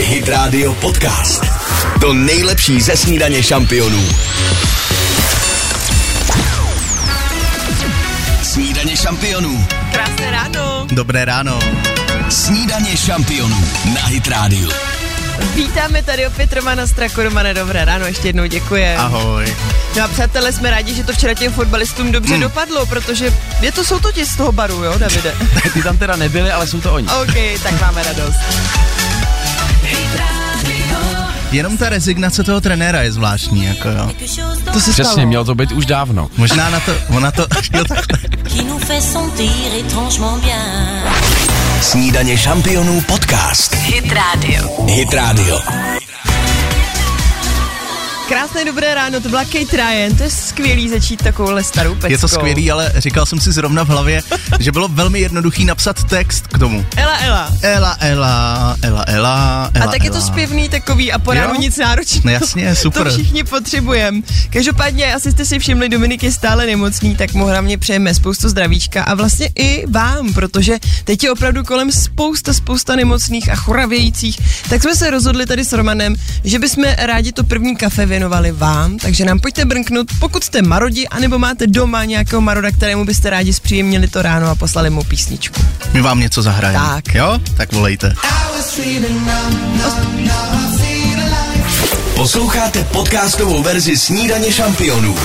Hit Radio Podcast. To nejlepší ze snídaně šampionů. Snídaně šampionů. Krásné ráno. Dobré ráno. Snídaně šampionů na Hit Radio. Vítáme tady opět Romana Straku. Romane, dobré ráno, ještě jednou děkuji. Ahoj. No a přátelé, jsme rádi, že to včera těm fotbalistům dobře Hmm. dopadlo, protože je to, jsou to ti z toho baru, jo, Davide? Ty tam teda nebyli, ale jsou to oni. OK, tak máme radost. Jenom ta rezignace toho trenéra je zvláštní, jako jo. To se Přesně, mělo to být už dávno. Možná na to, ona to, jo takhle. qui nous fait sentir étrangement bien. Snídaně šampionů podcast. Hit Radio. Hit Radio. Krásné dobré ráno, to byla Kate Ryan, to je skvělý začít takovouhle starou peckou. Je to skvělý, ale říkal jsem si zrovna v hlavě, že bylo velmi jednoduchý napsat text k tomu. Ela, Ela. Ela, ela, ela, ela, ela, A tak je to ela. zpěvný takový a po ránu Jo? nic náročného. No jasně, super. To všichni potřebujeme. Každopádně, asi jste si všimli, Dominik je stále nemocný, tak mu hlavně přejeme spoustu zdravíčka a vlastně i vám, protože teď je opravdu kolem spousta, spousta nemocných a choravějících. Tak jsme se rozhodli tady s Romanem, že bychom rádi to první kafe věnovali vám, takže nám pojďte brnknout, pokud jste marodi, anebo máte doma nějakého maroda, kterému byste rádi zpříjemnili to ráno a poslali mu písničku. My vám něco zahrajeme. Tak. Jo? Tak volejte. Posloucháte podcastovou verzi Snídaně šampionů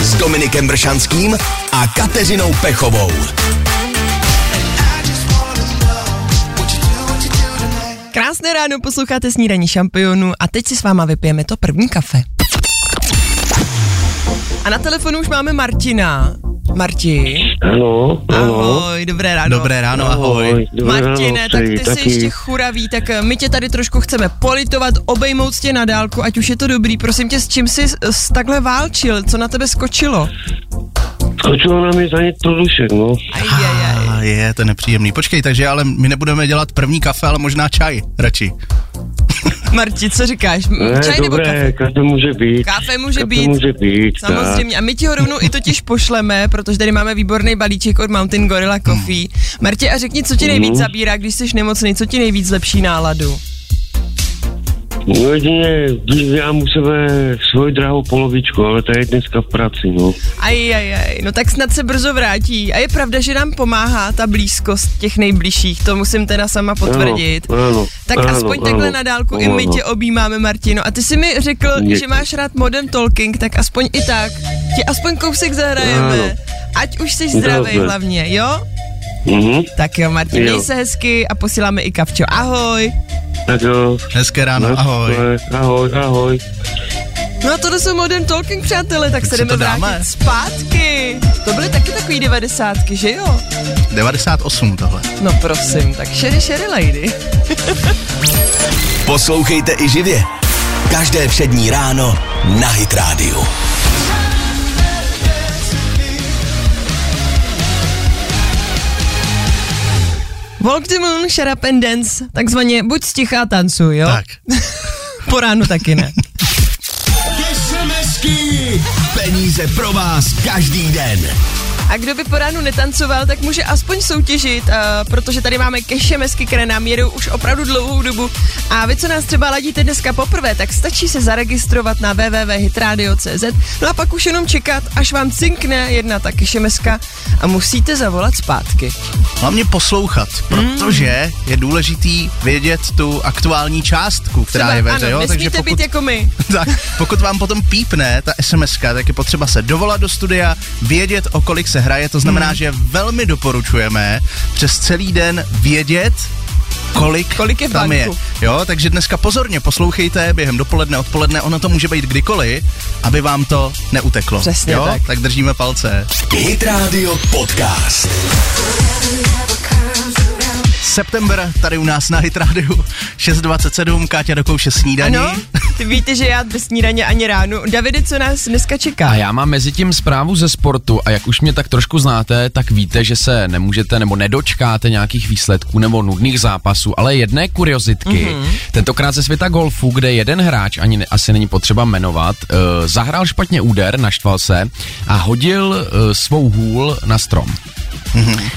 s Dominikem Bršanským a Kateřinou Pechovou. Krásné ráno, posloucháte snídaní šampionů a teď si s váma vypijeme to první kafe. A na telefonu už máme Martina. Marti, Ano, ano. ahoj, dobré ráno. Dobré ráno, ahoj. No, dobré ráno, Martine, tak přeji ty jsi taky. ještě churavý, tak eh, my tě tady trošku chceme politovat, obejmout tě na dálku, ať už je to dobrý. Prosím tě, s čím jsi s- s takhle válčil, co na tebe skočilo? Skočilo nám je za ně to dušek, no. Ajajaj. A je, to je nepříjemný. Počkej, takže ale my nebudeme dělat první kafe, ale možná čaj radši. Marti, co říkáš? M- Ne, Čaj nebo kafe? Eh, dobré, kafe může být. Kafe může kafe být. může být, tak. Samozřejmě. A my ti ho rovnou i totiž pošleme, protože tady máme výborný balíček od Mountain Gorilla Coffee. Martě, a řekni, co ti nejvíc Mhm. zabírá, když jsi nemocný, co ti nejvíc lepší náladu? No jedině, když já u sebe svoji drahou polovičku, ale ta je dneska v práci, no. Aj, aj, aj, no tak snad se brzo vrátí. A je pravda, že nám pomáhá ta blízkost těch nejbližších, to musím teda sama potvrdit. Ano, ano, tak ano, aspoň ano, takhle na dálku i my ano. tě objímáme, Martino. A ty jsi mi řekl, Děkuji. že máš rád modem Talking, tak aspoň i tak. Ti aspoň kousek zahrajeme. Ano. Ať už jsi zdravý Dobře. hlavně, jo? Mhm, Tak jo, Martin, Jo. měj se hezky a posíláme i kavčo. Ahoj. tak jo. Hezké ráno, ahoj. Ahoj, ahoj. No a tohle jsou Modern Talking, přátelé, tak se si jdeme to dáme. vrátit zpátky. To byly taky takový devadesátky, že jo? 98 tohle. No prosím, tak šery, šery, lady. Poslouchejte i živě. Každé přední ráno na Hit Radio. Walk the moon, shut up and dance, takzvaně buď sticha a tancuj, jo? Tak. Po ránu taky ne. SMSky! Peníze pro vás každý den. A kdo by po ránu netancoval, tak může aspoň soutěžit, uh, protože tady máme kešemesky, které nám jedou už opravdu dlouhou dobu. A vy, co nás třeba ladíte dneska poprvé, tak stačí se zaregistrovat na www.hitradio.cz no a pak už jenom čekat, až vám cinkne jedna ta kešemeska a musíte zavolat zpátky. Hlavně poslouchat, Mm. protože je důležitý vědět tu aktuální částku, která Třeba, je ve hře, ano, jo? nesmíte být jako my. tak, pokud vám potom pípne ta SMS, tak je potřeba se dovolat do studia, vědět, o kolik se hraje, to znamená, Hmm. že velmi doporučujeme přes celý den vědět, kolik, Kolik je v tam je. banku. Jo, takže dneska pozorně poslouchejte během dopoledne, odpoledne, ono to může být kdykoliv, aby vám to neuteklo. Přesně jo? tak. tak držíme palce. Hit Radio Podcast. September tady u nás na Hit Radio 6.27, Káťa dokouše snídaní. Ano, No, ty víte, že já bez snídaně ani ráno. Davide, co nás dneska čeká? A já mám mezi tím zprávu ze sportu a jak už mě tak trošku znáte, tak víte, že se nemůžete nebo nedočkáte nějakých výsledků nebo nudných zápasů, ale jedné kuriozitky. Mm-hmm. Tentokrát ze světa golfu, kde jeden hráč, ani ne, asi není potřeba jmenovat, uh, zahrál špatně úder, naštval se a hodil uh, svou hůl eh, na strom.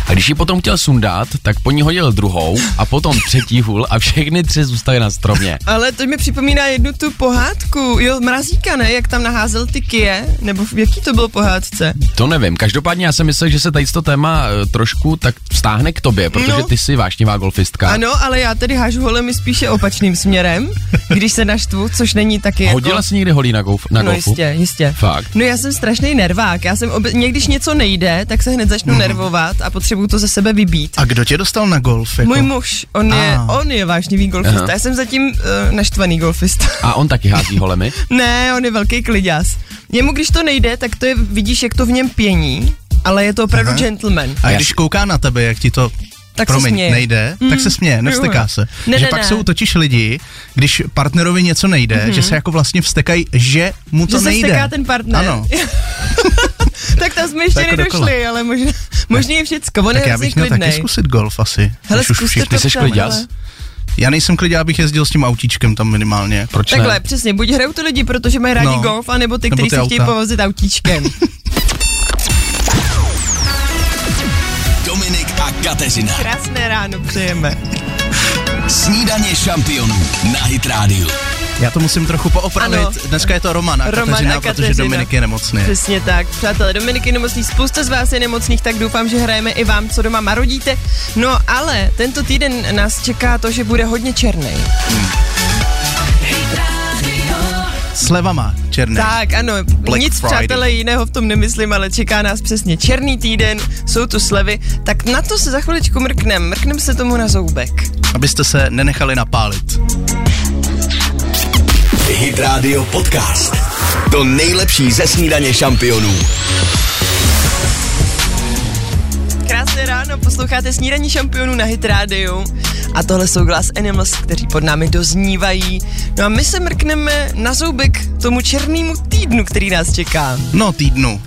A když ji potom chtěl sundat, tak po ní hodil druhou a potom třetí hůl a všechny tři zůstaly na stromě. Ale to mi připomíná jednu tu pohádku. Jo, mrazíka, ne? Jak tam naházel ty kije? Nebo v jaký to byl pohádce? To nevím. Každopádně já jsem myslel, že se tady to téma eh, trošku tak stáhne k tobě, protože No. ty jsi vášnivá golfistka. Ano, ale já tedy hážu holemi spíše opačným směrem, když se naštvu, což není taky Hodila jako... jsi někdy holí na, golf, na No golfu? jistě, jistě. Fakt. No já jsem strašný nervák, já jsem obe... někdy, když něco nejde, tak se hned začnu Mhm. nervovat a potřebuju to ze sebe vybít. A kdo tě dostal na golf? Jako? Můj muž, on je, A. on je vášnivý golfista, Aha. já jsem zatím uh, naštvaný golfista. A on taky hází holemi. Ne, on je velký kliďas. Jemu, když to nejde, tak to je, vidíš, jak to v něm pění, ale je to opravdu Aha. gentleman. A Já když si- kouká na tebe, jak ti to Tak se promiň, směje. Mm. nejde, tak se směje, nevsteká se. Ne, že ne, pak ne. Mhm. jsou totiž lidi, když partnerovi něco nejde, že se jako vlastně vstekají, že mu to Že se nejde. vzteká ten partner. Ano. Tak tam jsme ještě Tak jako nedošli, ale možná, možný je všecko. On je tak já hrozně bych měl taky klidnej. zkusit golf asi. Hele, když už zkuste všichni- to Ty seš tam, kliďas? hele. Já nejsem klidě, abych jezdil s tím autíčkem tam minimálně. Proč Takhle, ne? přesně, buď hrajou to lidi, protože mají rádi No. no. golf, anebo ty, Nebo kteří ty si chtějí auta. povozit autíčkem. Dominik a Kateřina. Krásné ráno přejeme. Snídaně šampionů na Hit Radio. Já to musím trochu poopravit. Ano. Dneska je to Roman a Roman Kateřina, a protože Kateřina. Dominik je nemocný. Přesně tak. Přátelé, Dominiky nemocný, spousta z vás je nemocných, tak doufám, že hrajeme i vám, co doma marodíte. No ale tento týden nás čeká to, že bude hodně černý. Slevama černý. Tak, ano, Black nic Friday. přátelé jiného v tom nemyslím, ale čeká nás přesně černý týden, jsou tu slevy, tak na to se za chviličku mrknem, mrknem se tomu na zoubek. Abyste se nenechali napálit. Hit Radio Podcast. To nejlepší ze snídaně šampionů. Krásné ráno, posloucháte snídaní šampionů na Hit Radio a tohle jsou Glass Animals, kteří pod námi doznívají. No a my se mrkneme na zoubek tomu černému týdnu, který nás čeká. No, týdnu.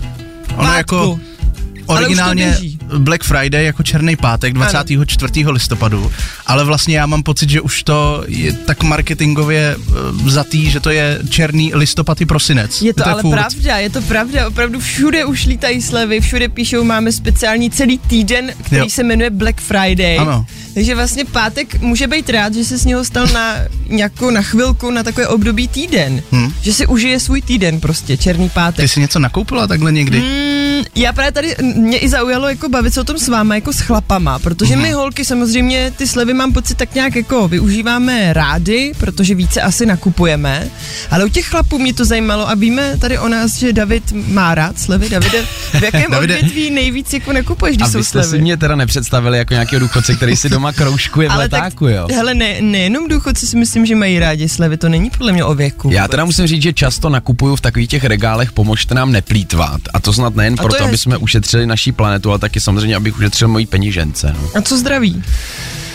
Ono Pátku. jako Ale už to originálně běží. Black Friday jako černý pátek 24. listopadu, ale vlastně já mám pocit, že už to je tak marketingově eh, vzatý, že to je černý listopad i prosinec. Je to, je ale furt. pravda, je to pravda, opravdu všude už lítají slevy, všude píšou, máme speciální celý týden, který Jo. jo. se jmenuje Black Friday. Ano. Takže vlastně pátek může být rád, že se z něho stal na nějakou, na chvilku, na takové období týden. Hm. Že si užije svůj týden prostě, černý pátek. Ty jsi něco nakoupila takhle někdy? Mm, já právě tady, mě i zaujalo jako bavit se o tom s váma, jako s chlapama, protože Mhm. my holky samozřejmě ty slevy mám pocit tak nějak jako využíváme rády, protože více asi nakupujeme, ale u těch chlapů mě to zajímalo a víme tady o nás, že David má rád slevy, Davide, v jakém Davide. odvětví nejvíc jako nakupuješ, A když jsou vy jste si slevy? mě teda nepředstavili jako nějakého důchodce, který si doma kroužkuje v letáku, jo? hele, ne, nejenom důchodci si myslím, že mají rádi slevy, to není podle mě o věku. Já teda musím říct, že často nakupuju v takových těch regálech, pomožte nám neplýtvat. A to snad nejen to proto, je aby hezký. jsme ušetřili naší planetu, ale taky samozřejmě, abych ušetřil mojí penížence. No. A co zdraví?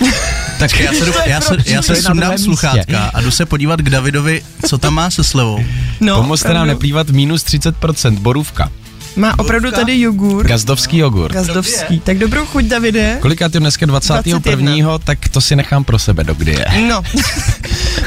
Tak já se, jdu, já se, já To se je na sundám druhém místě. sluchátka a jdu se podívat k Davidovi, co tam má se slevou. No, Pomozte nám opravdu. neplývat minus 30%, borůvka, Má opravdu tady jogurt. gazdovský no. jogurt. Gazdovský. Tak dobrou chuť, Davide. Kolika je dneska 21. 21., tak to si nechám pro sebe, dokdy je. No,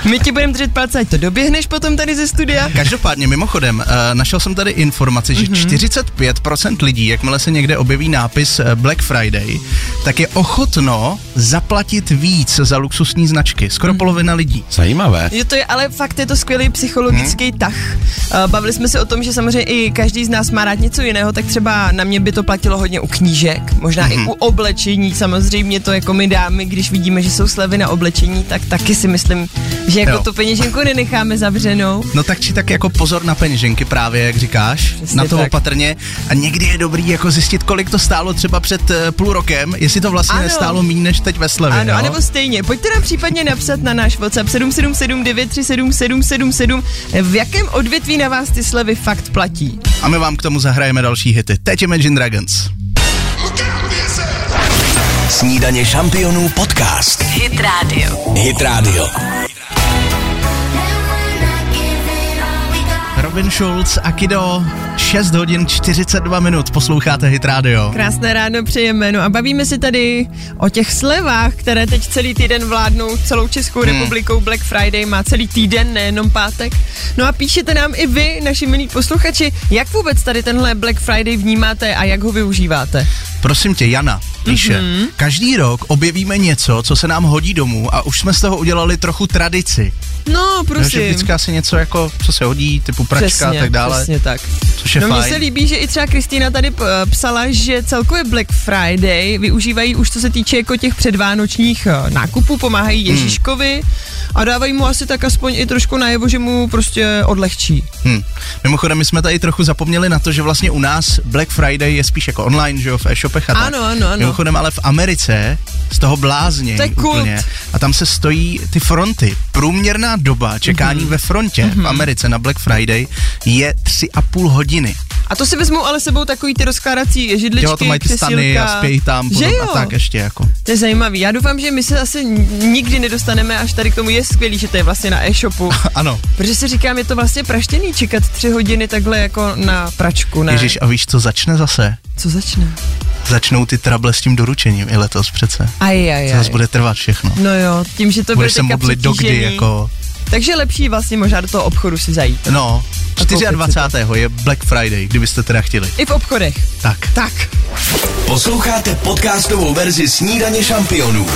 my ti budeme držet palce, ať to doběhneš potom tady ze studia. Každopádně, mimochodem, eh, našel jsem tady informaci, že Mhm. 45% lidí, jakmile se někde objeví nápis eh, Black Friday, tak je ochotno zaplatit víc za luxusní značky. Skoro Mhm. polovina lidí. Zajímavé. Jo, to je, ale fakt je to skvělý psychologický hmm. tah. Eh, Bavili jsme se o tom, že samozřejmě i každý z nás má rád něco jiného, tak třeba na mě by to platilo hodně u knížek, možná hmm. i u oblečení. Samozřejmě to jako my dámy, když vidíme, že jsou slevy na oblečení, tak taky si myslím, že jako Jo. jo. tu peněženku nenecháme zavřenou. No tak či tak jako pozor na peněženky právě, jak říkáš, Přesně na to tak. opatrně. A někdy je dobrý jako zjistit, kolik to stálo třeba před eh, půl rokem, jestli to vlastně Ano. nestálo méně než teď ve slevě. Ano, jo? anebo stejně. Pojďte nám případně napsat na náš WhatsApp 777937777, v jakém odvětví na vás ty slevy fakt platí. A my vám k tomu zahrajeme další hity. Teď Imagine Dragons. Snídaně šampionů podcast. Hit Radio. Hit Radio. Robin Schulz, Akido, 6 hodin 42 minut posloucháte Hit Radio. Krásné ráno přejeme. No a bavíme se tady o těch slevách, které teď celý týden vládnou celou Českou hmm. republikou. Black Friday má celý týden, nejenom pátek. No a píšete nám i vy, naši milí posluchači, jak vůbec tady tenhle Black Friday vnímáte a jak ho využíváte. Prosím tě, Jana píše, Mhm. mm-hmm. každý rok objevíme něco, co se nám hodí domů a už jsme z toho udělali trochu tradici. No, Takže prosím. vždycky asi něco, jako, co se hodí, typu pračka a tak dále, Přesně tak. což je no mně fajn. se líbí, že i třeba Kristýna tady p- psala, že celkově Black Friday využívají už co se týče jako těch předvánočních eh, nákupů, pomáhají Hmm. Ježíškovi a dávají mu asi tak aspoň i trošku najevo, že mu prostě odlehčí. Hm. Mimochodem, my jsme tady trochu zapomněli na to, že vlastně u nás Black Friday je spíš jako online, že jo, v e-shopech a tak. Ano, ano, ano. Mimochodem, ale v Americe z toho blázně To je kult. úplně. A tam se stojí ty fronty. Průměrná doba čekání Mhm. mm-hmm. ve frontě mm-hmm. v Americe na Black Friday je tři a půl hodiny. A to si vezmou ale sebou takový ty rozkládací židličky, Jo, to mají ty stany a křesílka. spějí tam že potom, jo? a tak ještě jako. To je zajímavý. Já doufám, že my se asi nikdy nedostaneme až tady k tomu. Je skvělý, že to je vlastně na e-shopu. Ano, Protože si říkám, je to vlastně praštěný čekat tři hodiny takhle jako na pračku, ne? Ježíš, a víš, co začne zase? Co začne? Začnou ty trable s tím doručením i letos přece. Aj, aj, Co aj. zase bude trvat všechno. No jo, tím, že to bude Budeš se teďka modlit dokdy, přetížený. jako Takže lepší vlastně možná do toho obchodu si zajít. No, A koupit si to. 24. je Black Friday, kdybyste teda chtěli. I v obchodech. Tak. Tak. Posloucháte podcastovou verzi Snídaně šampionů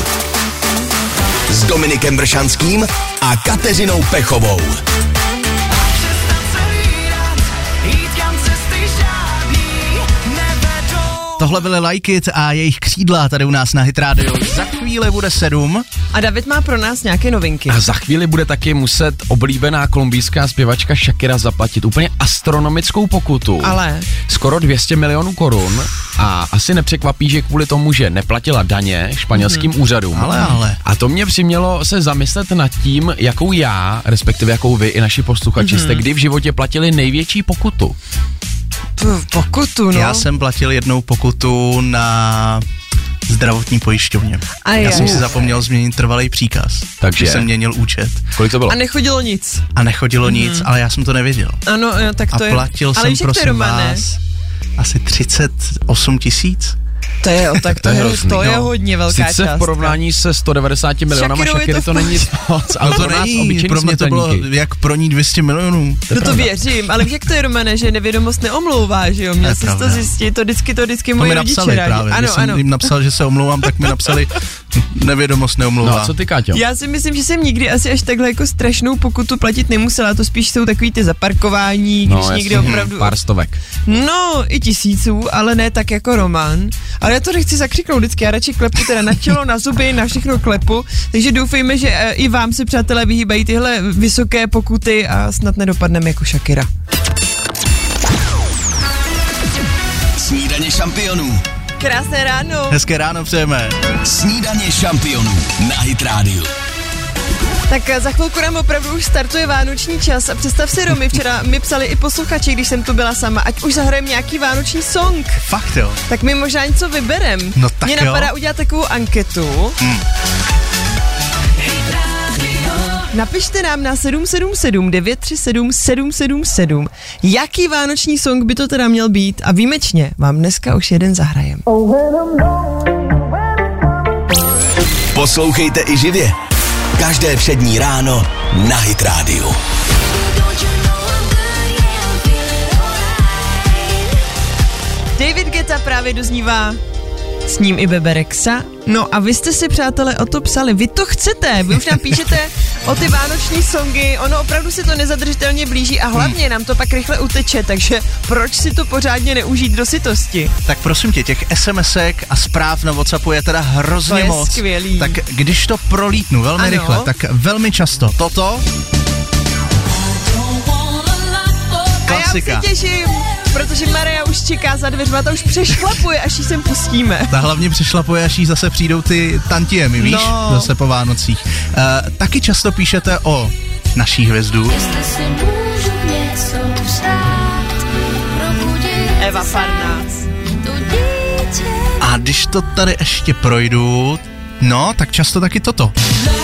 s Dominikem Bršanským a Kateřinou Pechovou. Tohle byly Like It a jejich křídla tady u nás na Hit Radio. Za chvíli bude sedm. A David má pro nás nějaké novinky. A za chvíli bude taky muset oblíbená kolumbijská zpěvačka Shakira zaplatit úplně astronomickou pokutu. Ale- Skoro 200 milionů korun a asi nepřekvapí, že kvůli tomu, že neplatila daně španělským úřadům. Mhm. Ale, ale. A to mě přimělo se zamyslet nad tím, jakou já, respektive jakou vy i naši posluchači Mhm. jste kdy v životě platili největší pokutu. P- pokutu, no. Já jsem platil jednou pokutu na zdravotní pojišťovně. A Já je. jsem si zapomněl změnit trvalý příkaz, Takže? že jsem měnil účet Kolik to bylo? A nechodilo nic. a nechodilo nic, ale já jsem to nevěděl. Ano, jo, tak A Mhm. to je. platil Ale jsem, víš, jak to je, prosím Romane? vás, asi 38 tisíc. To je, jo, tak to, je je, hrozný, to je no. hodně velká Sice částka. v porovnání se 190 milionama Shakirou je Shakira to v to není moc, ale No pro nás obyčejný pro mě to bylo smrtelníky. jak pro ní 200 milionů. No to věřím, ale víš, jak to je, Romane, že nevědomost neomlouvá, že jo? To je Měl jsi to pravda. zjistit, to vždycky, to vždycky To moji mi rodiče napsali rádi. právě. Ano, Ano, Když jsem ano. jim napsal, že se omlouvám, tak mi napsali nevědomost neomlouvá. No a co ty, Káťo? Já si myslím, že jsem nikdy asi až takhle jako strašnou pokutu platit nemusela, to spíš jsou takový ty zaparkování, No, když No, jasně, někde opravdu... Pár stovek. No, i tisíců, ale ne tak jako Roman. Ale já to nechci zakřiknout vždycky, já radši klepu teda na čelo, na zuby, na všechno klepu, takže doufejme, že eh, i vám se přátelé vyhýbají tyhle vysoké pokuty a snad nedopadneme jako Shakira. Snídaně šampionů. Krásné ráno. Hezké ráno přejeme. Snídaně šampionů na Hit Radio. Tak eh, za chvilku nám opravdu už startuje vánoční čas a představ si Romy, včera mi psali i posluchači, když jsem tu byla sama, ať už zahrajeme nějaký vánoční song. Fakt jo. Tak my možná něco vyberem. No tak Mě jo. Hmm. napadá udělat takovou anketu. Napište nám na 777 937 777, jaký vánoční song by to teda měl být a výjimečně vám dneska už jeden zahrajem. Poslouchejte i živě. Každé přední ráno na Hit Radio. David Geta právě doznívá s ním i Beberexa. No a vy jste si, přátelé, o to psali. Vy to chcete, vy už nám píšete o ty vánoční songy, ono opravdu se to nezadržitelně blíží a hlavně Hmm. nám to pak rychle uteče, takže proč si to pořádně neužít do sytosti? Tak prosím tě, těch SMSek a zpráv na Whatsappu je teda hrozně To je moc. skvělý. Tak když to prolítnu velmi Ano. rychle, tak velmi často. Toto, A já klasika. se těším, protože Maria už čeká za dveřma, ta už přešlapuje, až ji sem pustíme. Ta hlavně přešlapuje, až jí zase přijdou ty tantiemy, víš? No. Zase po Vánocích. Uh, taky často píšete o naší hvězdu. Eva Farnác. A když to tady ještě projdu, no, tak často taky toto. Tak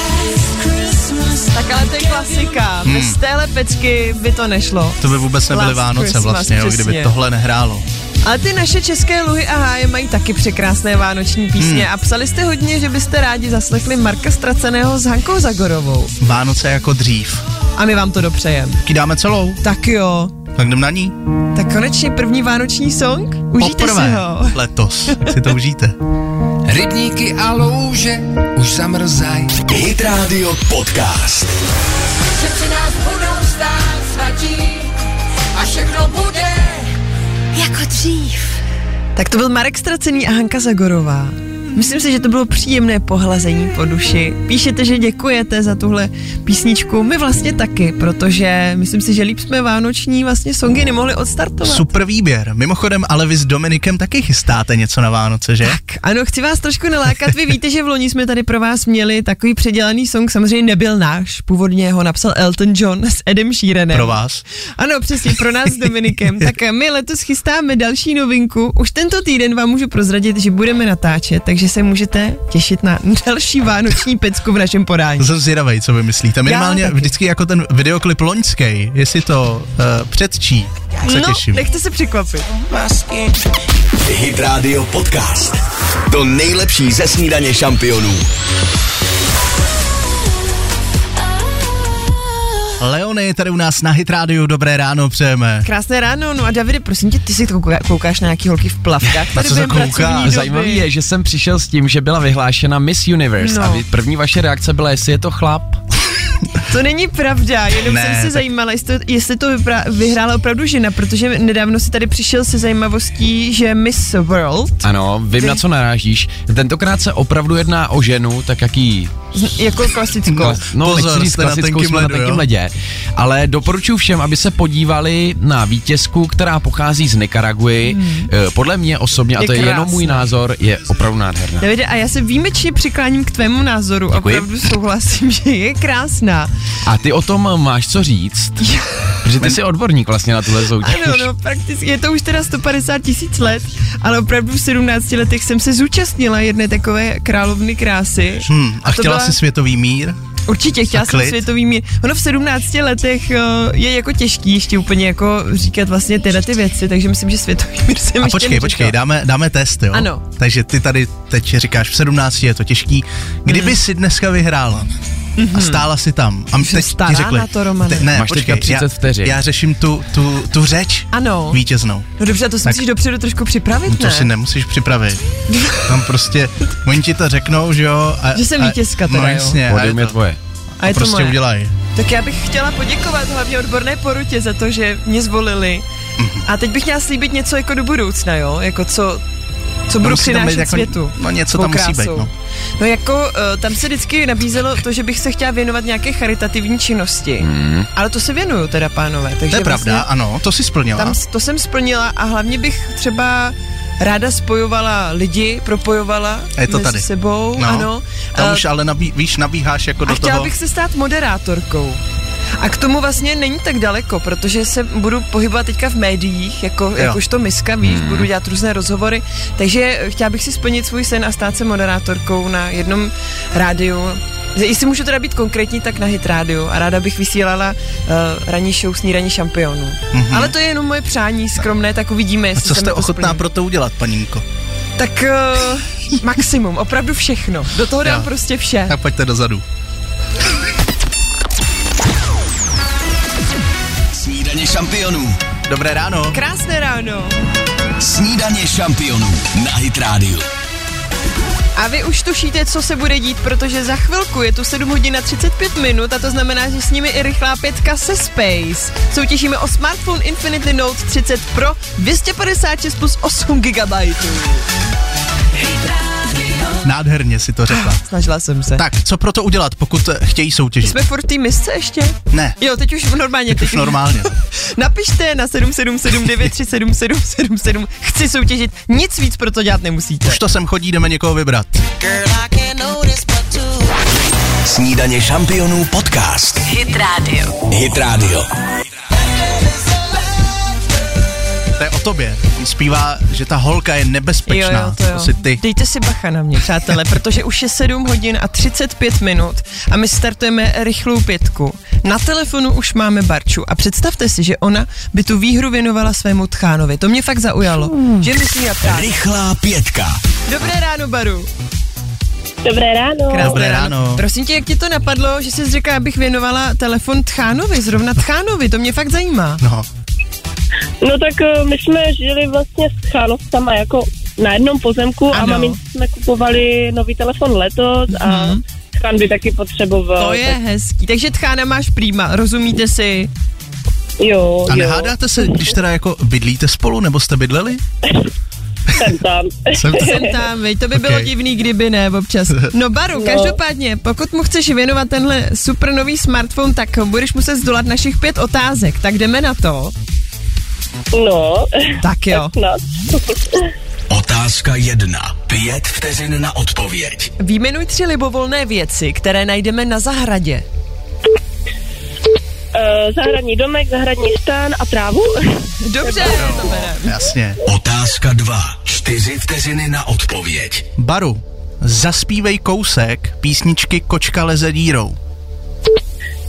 Tak ale to je klasika. Hmm. Bez téhle pecky by to nešlo. To by vůbec nebyly Last Vánoce Christmas, vlastně, jo, kdyby přesně. tohle nehrálo. Ale ty naše české luhy a háje mají taky překrásné vánoční písně hmm. a psali jste hodně, že byste rádi zaslechli Marka Straceného s Hankou Zagorovou. Vánoce jako dřív. A my vám to dopřejem. Taky dáme celou, Tak jo, tak jdem na ní. tak konečně první vánoční song. Užijte Poprvé si ho. letos, tak si to užijte. Rybníky a louže už zamrzaj. Hit Radio Podcast. že při nás budou stát svatí a všechno bude Jako dřív. Tak to byl Marek Stracený a Hanka Zagorová. Myslím si, že to bylo příjemné pohlazení po duši. Píšete, že děkujete za tuhle písničku. My vlastně taky, protože myslím si, že líp jsme vánoční vlastně songy nemohli odstartovat. Super výběr. Mimochodem, ale vy s Dominikem taky chystáte něco na Vánoce, že? Tak, ano, chci vás trošku nalákat. Vy víte, že v loni jsme tady pro vás měli takový předělaný song, samozřejmě nebyl náš, původně ho napsal Elton John s Edem Sheeranem. Pro vás. Ano, přesně, pro nás s Dominikem. Tak eh, my letos chystáme další novinku. Už tento týden vám můžu prozradit, že budeme natáčet, takže se můžete těšit na další vánoční pecku v našem podání. Jsem zvědavej, co vy myslíte. Minimálně taky. vždycky jako ten videoklip loňský, jestli to uh, předčí, tak se no, těším. nechte se překvapit. Hit Radio Podcast. To nejlepší ze snídaně šampionů. Leony je tady u nás na Hit Radio, dobré ráno přejeme. Krásné ráno, no a Davide, prosím tě, ty si kouká- koukáš na nějaký holky v plavkách. Na co se během kouká? pracovní doby. Zajímavé je, že jsem přišel s tím, že byla vyhlášena Miss Universe No. no. a vy, první vaše reakce byla, jestli je to chlap. To není pravda, jenom Ne, ne, jsem se tak- tak... zajímala, jestli to, jestli to vypra- vyhrála opravdu žena, protože nedávno si tady přišel se zajímavostí, že Miss World, Ano, vím, Ty- na co narážíš. Tentokrát se opravdu jedná o ženu, tak jaký z- jako klasickou. Klas, no, Pozor, nechci říct jste na klasickou, tenkým jsme ledu, na jo? tenkým ledě. Ale doporučuji všem, aby se podívali na vítězku, která pochází z Nikaraguji. Hmm. Podle mě osobně, a Je to je jenom krásná. můj názor, je opravdu nádherná. Davide, a já se výjimečně přikláním k tvému názoru, Děkuji. opravdu souhlasím, že je krásná. A ty o tom máš co říct? Protože ty jsi odborník vlastně na tuhle soutěž. Ano, no, prakticky, je to už teda 150 tisíc let, ale opravdu v 17 letech jsem se zúčastnila jedné takové královny krásy. Hmm, a, to chtěla byla- si světový mír? Určitě, A chtěla jsem klid? světový mír. Ono v 17 letech eh, je jako těžký ještě úplně jako říkat vlastně tyhle ty věci, takže myslím, že světový mír jsem A ještě počkej, neřekla. počkej, dáme, dáme test, jo? Ano. Takže ty tady teď říkáš, v 17 je to těžký. Kdyby si dneska vyhrála a stála si tam. A Hmm. Mhm. jsem teď stará ti řekli, na to, Romane. Te, ne, Máš teďka počkej, 30 vteřin. Já, já řeším tu, tu, tu řeč Ano. vítěznou. No dobře, a to si Tak. musíš dopředu trošku No připravit, to ne? si nemusíš připravit. Tam prostě, oni ti to řeknou, že jo? A, Že jsem a- vítězka teda, no, jo. jasně, a je Podium je to, to tvoje. a je to prostě moje. udělají. Tak já bych chtěla poděkovat hlavně odborné porutě za to, že mě zvolili. Mhm. A teď bych měla slíbit něco jako do budoucna, jo? Jako co, co budu musí tam být přinášet jako- světu. no něco svou tam musí být, krásou. no. no jako uh, tam se vždycky nabízelo to, že bych se chtěla věnovat nějaké charitativní činnosti. Hmm. Ale to se věnuju teda, pánové. Takže Mhm. To je pravda, Vlastně ano, to si splnila. tam, s- to jsem splnila a hlavně bych třeba ráda spojovala lidi, propojovala Je to mezi tady. sebou. No, ano. Tam Eh, už ale nabí, víš, nabíháš jako a do chtěla toho. bych se stát moderátorkou. A k tomu vlastně není tak daleko, protože se budu pohybovat teďka v médiích, jako, jakožto miska, víš, Hmm. budu dělat různé rozhovory, takže eh, chtěla bych si splnit svůj sen a stát se moderátorkou na jednom rádiu. Jestli můžu teda být konkrétní, tak na Hit rádiu a ráda bych vysílala uh, ranní show Snídaní šampionů. Mm-hmm. Ale to je jenom moje přání skromné, tak uvidíme, Mhm. A jestli co se jste mi to ochotná splní. pro to udělat, paninko? Tak uh, maximum, opravdu všechno. Do toho dám Jo. prostě vše. Tak pojďte dozadu. Snídaně šampionů. Dobré ráno. Krásné ráno. Snídaně šampionů na Hit Radio. A vy už tušíte, co se bude dít, protože za chvilku je tu 7 hodin a 35 minut a to znamená, že s nimi i rychlá pětka se Space. Soutěžíme o smartphone Infinity Note 30 Pro 256 plus 8 GB. Nádherně si to řekla. Snažila jsem se. Tak, co pro to udělat, pokud eh, chtějí soutěžit? Jsme furt v té misce ještě? Ne, Jo, teď už normálně. teď už normálně. Napište na 777937777. Chci soutěžit, nic víc pro to dělat nemusíte. Už to sem chodí, jdeme někoho vybrat. Snídaně šampionů podcast. Hit Radio. Hit Radio. to je o tobě. On zpívá, že ta holka je Jo, nebezpečná. jo, to, jo. jako si ty. Dejte si bacha na mě, přátelé, protože už je 7 hodin a 35 minut a my startujeme rychlou pětku. Na telefonu už máme Barču a představte si, že ona by tu výhru věnovala svému tchánovi. To mě fakt zaujalo, Hmm. že myslí na tchán. Rychlá pětka. Dobré ráno, Baru. Dobré ráno. Krásné Dobré ráno. Prosím tě, jak ti to napadlo, že jsi řekla, abych věnovala telefon Tchánovi, zrovna Tchánovi, to mě fakt zajímá. No, No tak eh, my jsme žili vlastně s Chánovcama jako na jednom pozemku Ano. a mamince jsme kupovali nový telefon letos a Chán by taky potřeboval. Mhm. No, To je Tak, hezký. Takže Tchána máš prýma, rozumíte si? jo, a jo. nehádáte se, když teda jako bydlíte spolu, nebo jste bydleli? Jsem tam. Jsem Jsem tam, viď, to by bylo Ok. divný, kdyby ne občas. No Baru, každopádně, pokud mu chceš věnovat tenhle super nový smartphone, tak budeš muset zdolat našich pět otázek, tak jdeme na to. No, Tak jo. snad. Otázka jedna. Pět vteřin na odpověď. Výjmenuj tři libovolné věci, které najdeme na zahradě. Eh, Zahradní domek, zahradní stán a trávu. Dobře, to berem. Jasně. Otázka dva. Čtyři vteřiny na odpověď. Baru, zaspívej kousek písničky Kočka leze dírou.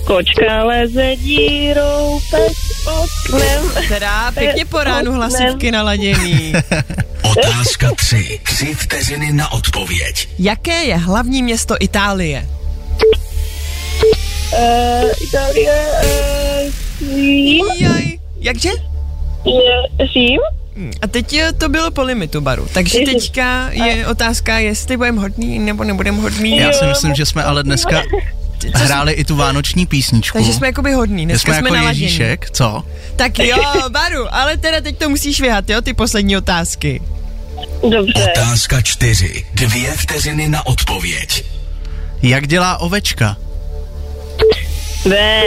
Kočka leze dírou, pes oknem. Teda pěkně po ránu hlasivky naladěný. Otázka tři. Tři vteřiny na odpověď. Jaké je hlavní město Itálie? Eh, Itálie, eh, Řím, Jaj. Jakže? je Řím. A teď eh, to bylo po limitu baru, takže Ježiš. teďka je otázka, jestli budeme hodný nebo nebudeme hodný. Já si myslím, že jsme ale dneska hráli i tu vánoční písničku. Takže jsme jakoby hodný, Že dneska jsme jsme, jako naladění. Ježíšek, co? Tak jo, Baru, ale teda teď to musíš vyhat, jo, ty poslední otázky. Dobře. Otázka čtyři. Dvě vteřiny na odpověď. Jak dělá ovečka? Ve,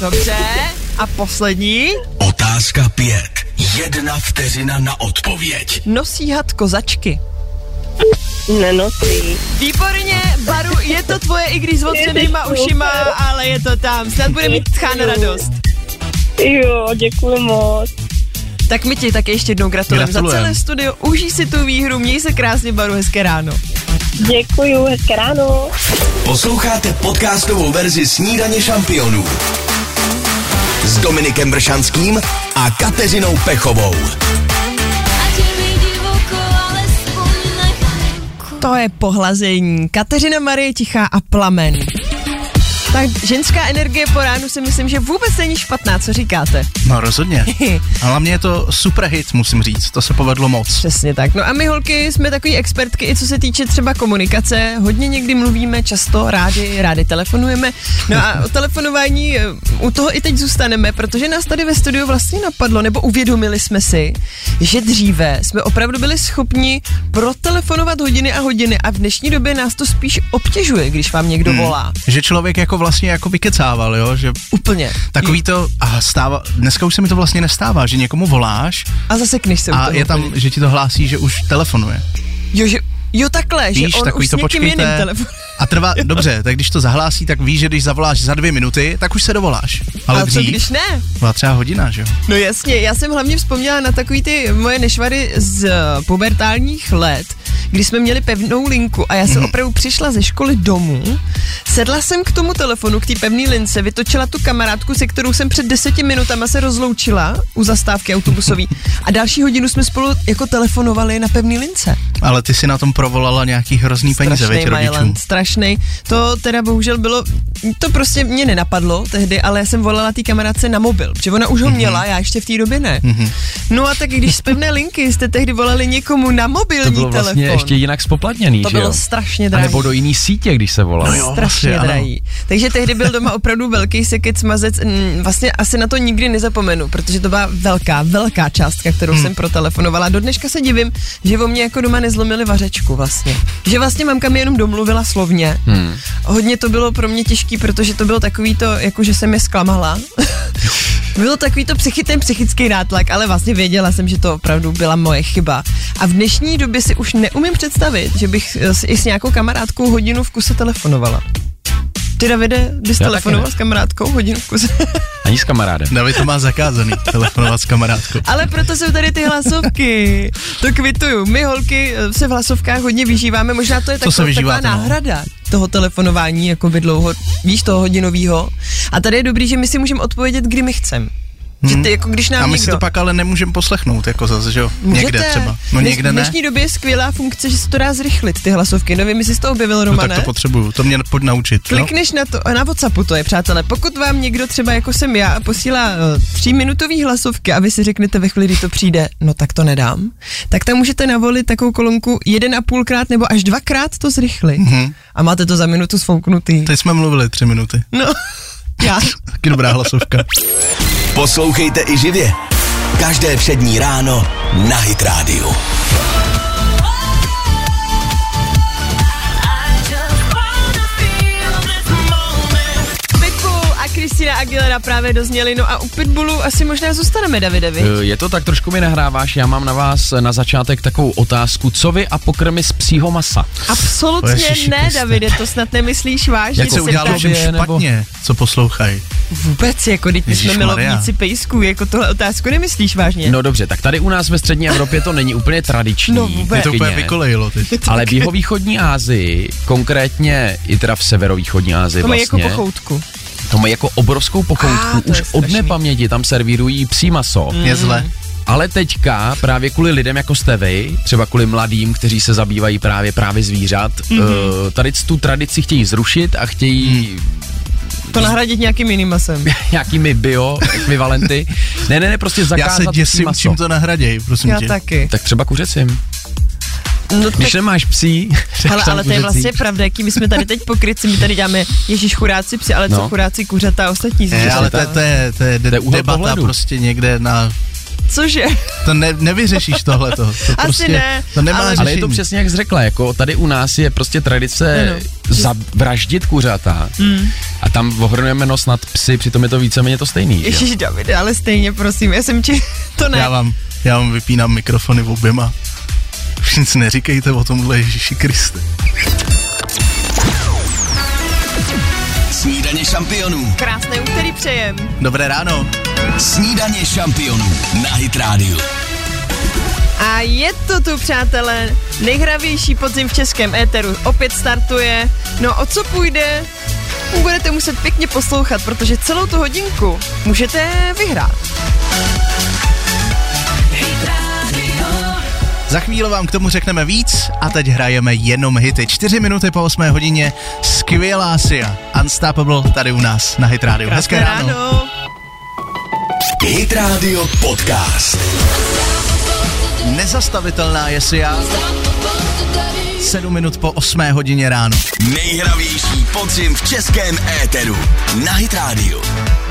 Dobře, a poslední, Otázka pět. Jedna vteřina na odpověď. nosí had kozačky. nenosí. Výborně, Baru, je to tvoje, i když s odřenýma Ježiš, ušima, super. ale je to tam, snad bude mít tchán radost. Jo, děkuji moc. Tak my ti tak ještě jednou gratulujeme za Gratulujem. celé studio, užij si tu výhru, měj se krásně, Baru, hezké ráno. Děkuji, hezké ráno. Posloucháte podcastovou verzi Snídaně šampionů s Dominikem Bršanským a Kateřinou Pechovou. Ať je mi divoko, alespoň na chvilku. To je pohlazení. Kateřina Marie Tichá a Plamen. Tak ženská energie po ránu si myslím, že vůbec není špatná, co říkáte? No rozhodně. A hlavně je to super hit, musím říct. To se povedlo moc. Přesně tak. No a my holky jsme takový expertky i co se týče třeba komunikace. Hodně někdy mluvíme, často rádi, rádi telefonujeme. No a o telefonování eh, u toho i teď zůstaneme, protože nás tady ve studiu vlastně napadlo, nebo uvědomili jsme si, že dříve jsme opravdu byli schopni protelefonovat hodiny a hodiny a v dnešní době nás to spíš obtěžuje, když vám někdo Hmm. volá. Že člověk jako vlastně jako vykecával, jo? Že Úplně. takový to, a stává, dneska už se mi to vlastně nestává, že někomu voláš A zase kniž se u a toho je tam, úplně. že ti to hlásí, že už telefonuje. Jo, že, jo takhle, Víš, že on takový už to s někým jiným počkejte. telefon. A trvá, dobře, tak když to zahlásí, tak víš, že když zavoláš za dvě minuty, tak už se dovoláš. Ale a co dřív když ne? byla třeba hodina, že jo? No jasně, já jsem hlavně vzpomněla na takový ty moje nešvary z eh, pubertálních let, kdy jsme měli pevnou linku a já jsem opravdu přišla ze školy domů, sedla jsem k tomu telefonu, k té pevné lince, vytočila tu kamarádku, se kterou jsem před deseti minutama se rozloučila u zastávky autobusový a další hodinu jsme spolu jako telefonovali na pevné lince. Ale ty si na tom provolala nějaký hrozný peníze, Strašnej veď rodičům. Mailand, strašnej. To teda bohužel bylo, to prostě mě nenapadlo tehdy, ale já jsem volala té kamarádce na mobil, protože ona už ho Mhm. měla, já ještě v té době ne. No a tak když z pevné linky jste tehdy volali někomu na mobilní To bylo telefon, vlastně ještě jinak spoplatněný, to že bylo jo? strašně A drahé. nebo do jiný sítě, když se volal. jo, No strašně vlastně, ano. drahý. Takže tehdy byl doma opravdu velký sekec mazec. Mm, Vlastně asi na to nikdy nezapomenu, protože to byla velká, velká částka, kterou hmm. jsem protelefonovala. Do dneška se divím, že o mě jako doma nezlomili vařečku vlastně. Že vlastně mamka mi jenom domluvila slovně. Hmm. Hodně to bylo pro mě těžký, protože to bylo takový to, jako že jsem je zklamala. Bylo takový to psychi, ten psychický nátlak, ale vlastně věděla jsem, že to opravdu byla moje chyba. A v dnešní době si už neumím představit, že bych eh, s- i s nějakou kamarádkou hodinu v kuse telefonovala. Ty Davide, bys Já telefonoval taky s kamarádkou hodinu v kuse? Ani s kamarádem. David to má zakázaný, telefonovat s kamarádkou. Ale proto jsou tady ty hlasovky. To kvituju. My holky eh, se v hlasovkách hodně vyžíváme, možná to je Co se taková, taková vyžíváte, no? náhrada toho telefonování, jako by dlouho, víš, toho hodinového. A tady je dobrý, že my si můžeme odpovědět, kdy my chcem. Že ty, jako když nám Hmm. A my někdo... si to pak ale nemůžeme poslechnout, jako zase, že jo? Někde třeba. No Dnes- někde V ne. dnešní době je skvělá funkce, že se to dá zrychlit, ty hlasovky. Nevím, jestli jsi to objevil, No Romane. tak to potřebuju, to mě pojď naučit. No? Klikneš na to, na Whatsappu to je, přátelé. Pokud vám někdo třeba jako jsem já posílá eh, tříminutový hlasovky a vy si řeknete ve chvíli, kdy to přijde, no tak to nedám, tak tam můžete navolit takovou kolonku jeden a půlkrát nebo až dvakrát to zrychlit. Mhm. Mm-hmm. A máte to za minutu svouknutý. Teď jsme mluvili tři minuty. No, já. Taky dobrá hlasovka. Poslouchejte i živě. Každé přední ráno na Hit Radio. Pitbull a Kristina Aguilera právě dozněli, no a u Pitbullu asi možná zůstaneme, Davide, vy? Eh, Je to tak, trošku mi nahráváš, já mám na vás eh, na začátek takovou otázku, co vy a pokrmy z psího masa? Absolutně Ježiši ne, Kriste. Davide, to snad nemyslíš vážně. Jak se jsem udělalo tak- všem tobě, nebo- špatně, co poslouchají. Vůbec, jako teď my jsme Ježišmarja. milovníci pejsků, jako tohle otázku nemyslíš vážně. No dobře, tak tady u nás ve střední Evropě to není úplně tradiční. No vůbec. Je to úplně Kyně. vykolejilo teď. Ale v jihovýchodní Asii, konkrétně i teda v severovýchodní Asii to mají jako vlastně, pochoutku. to mají jako obrovskou pochoutku, Ah, to je už od strašný. nepaměti tam servírují psí maso. Mhm. Je zle. Ale teďka právě kvůli lidem jako jste vy, třeba kvůli mladým, kteří se zabývají právě právě zvířat, Mhm. mm-hmm. tady tu tradici chtějí zrušit a chtějí Hmm. mm. To nahradit nějakým jiným masem. nějakými bio ekvivalenty. Ne, ne, ne, prostě Já zakázat se psí děsím, maso. čím to nahraděj, prosím Já tě. taky. Tak třeba kuřecím. No tak, Když nemáš psí, tak hele, tam ale to je kuřecí. vlastně pravda, jaký my jsme tady teď pokryci, my tady děláme Ježíš churáci psi, ale No. co churáci kuřata a ostatní Ne, zvířata. Eh, ale to, je- to je, to je, de- To je úhel debata pohledu. prostě někde na... Cože? To ne, nevyřešíš tohle to. Asi prostě, ne, To nemá ale- Ale je to řešení. přesně jak jsi řekla, jako tady u nás je prostě tradice Ano. Hmm. zavraždit kuřata mm. a tam ohrnujeme nos nad psy, přitom je to víceméně to stejný. že jo? Ježíš Davide, ale stejně prosím, já jsem ti, to ne. Já vám, já vám vypínám mikrofony v oběma. Už nic neříkejte o tomhle Ježíši Kriste. Snídaně šampionů. Krásné úterý přejem. Dobré ráno. Snídaně šampionů na Hit Radio. A je to tu, přátelé. Nejhravější podzim v českém éteru opět startuje. No o co půjde? Budete muset pěkně poslouchat, protože celou tu hodinku můžete vyhrát. Za chvíli vám k tomu řekneme víc a teď hrajeme jenom hity. Čtyři minuty po 8 hodině. Skvělá Sia. Unstoppable tady u nás na Hit Radio. Hezké ráno. ráno. Hit Radio Podcast. Nezastavitelná je Sia. Sedm minut po 8 hodině ráno. Nejhravější podzim v českém éteru na Hit Radio.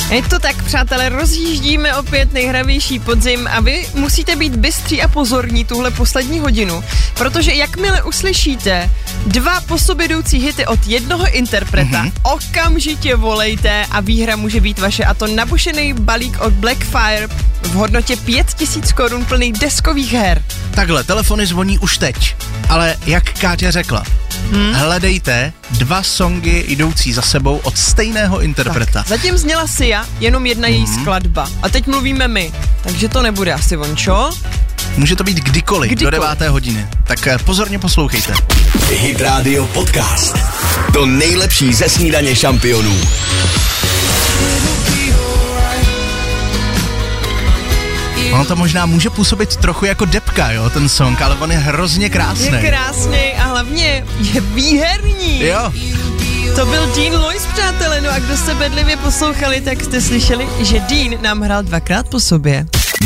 Je to tak, přátelé, rozjíždíme opět nejhravější podzim a vy musíte být bystří a pozorní tuhle poslední hodinu, protože jakmile uslyšíte dva po sobě jdoucí hity od jednoho interpreta, mm-hmm. okamžitě volejte a výhra může být vaše a to nabušený balík od Blackfire v hodnotě 5000 korun plný deskových her. Takhle, telefony zvoní už teď. Ale jak Káťa řekla, hmm? hledejte dva songy jdoucí za sebou od stejného interpreta. Zatím zněla Sia, jenom jedna její skladba. A teď mluvíme my, takže to nebude asi vončo. Může to být kdykoliv, Kdykoliv. do 9. hodiny. Tak eh, pozorně poslouchejte. Hit Radio Podcast. To nejlepší ze snídaně šampionů. Ono to možná může působit trochu jako depka, jo, ten song, ale on je hrozně krásný. Je krásný a hlavně je výherní. Jo, To byl Dean Lois, přátelé, no a kdo jste bedlivě poslouchali, tak jste slyšeli, že Dean nám hrál dvakrát po sobě.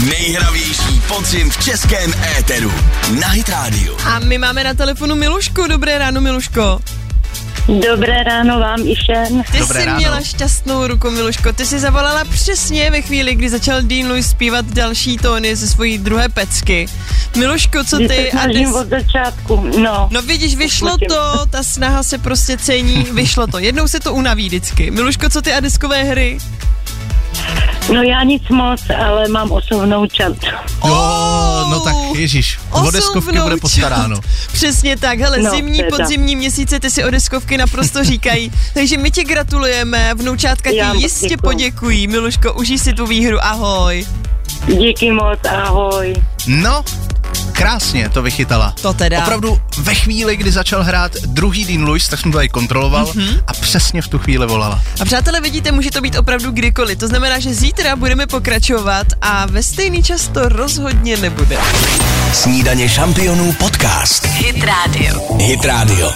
Nejhravější podzim v českém éteru na Hit Radio. A my máme na telefonu Milušku, dobré ráno Miluško. Dobré ráno vám i všem. Ty Dobré jsi ráno. měla šťastnou ruku Miluško, ty jsi zavolala přesně ve chvíli, kdy začal Dean Lois zpívat další tóny ze svojí druhé pecky. Miluško, co Vždy se ty a ty snažím jsi- od začátku, no. No vidíš, vyšlo Musím. to, ta snaha se prostě cení, vyšlo to. Jednou se to unaví vždycky. Miluško, co ty a deskové hry? No já nic moc, ale mám osovnou čat. Oh, no tak ježíš, o deskovky bude Oslovnou postaráno. část. Přesně tak, hele, No, zimní, teda. podzimní měsíce, ty si o deskovky naprosto říkají. Takže my ti gratulujeme, vnoučátka ti Já moc jistě děkuju. poděkují. Miluško, užij si tu výhru, ahoj. Díky moc, ahoj. No, krásně to vychytala. To teda. Opravdu ve chvíli, kdy začal hrát druhý Dean Lewis, tak jsem to tady kontroloval Mhm. mm-hmm. a přesně v tu chvíli volala. A přátelé, vidíte, může to být opravdu kdykoliv. To znamená, že zítra budeme pokračovat a ve stejný čas to rozhodně nebude. No. Snídaně šampionů podcast. Hit Radio. Hit Radio.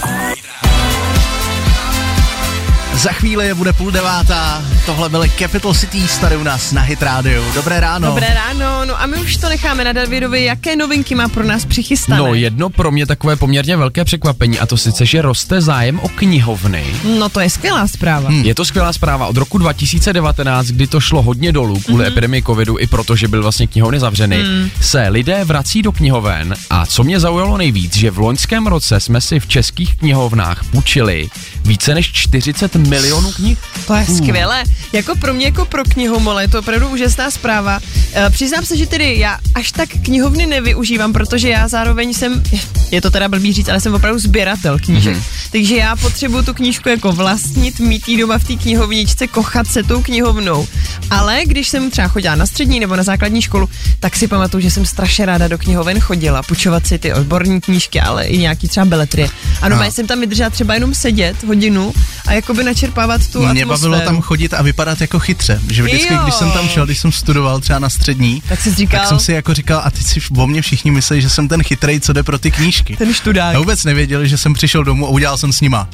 Za chvíli je bude půl devátá, tohle byly Capital Cities tady u nás na Hit Radio. Dobré ráno. Dobré ráno, no a my už to necháme na Davidovi, jaké novinky má pro nás přichystané. No jedno pro mě takové poměrně velké překvapení a to sice, že roste zájem o knihovny. no to je skvělá zpráva. Hmm. Je to skvělá zpráva od roku 2019, kdy to šlo hodně dolů kvůli Hmm. mm-hmm. epidemii covidu i proto, že byly vlastně knihovny zavřeny, mm. se lidé vrací do knihoven a co mě zaujalo nejvíc, že v loňském roce jsme si v českých knihovnách půjčili více než 40 milionů knih. To je skvělé. Jako pro mě, jako pro knihomole, je to opravdu úžasná zpráva. E, Přiznám se, že tedy já až tak knihovny nevyužívám, protože já zároveň jsem, je to teda blbý říct, ale jsem opravdu sběratel knížek. Mm-hmm. Takže já potřebuju tu knížku jako vlastnit, mít ji doma v té knihovničce, kochat se tou knihovnou. Ale když jsem třeba chodila na střední nebo na základní školu, tak si pamatuju, že jsem strašně ráda do knihoven chodila, půjčovat si ty odborní knížky, ale i nějaký třeba beletrie. A normálně jsem tam vydržela třeba jenom sedět hodinu a jakoby načerpávat tu Mě bavilo tam chodit a vypadat jako chytře, že vždycky, Jo. jo. když jsem tam šel, když jsem studoval třeba na střední, Tak jsi říkal? tak jsem si jako říkal, a teď si o mě všichni myslí, že jsem ten chytrej, co jde pro ty knížky. Ten študák. Já vůbec nevěděl, že jsem přišel domů a udělal jsem s nima.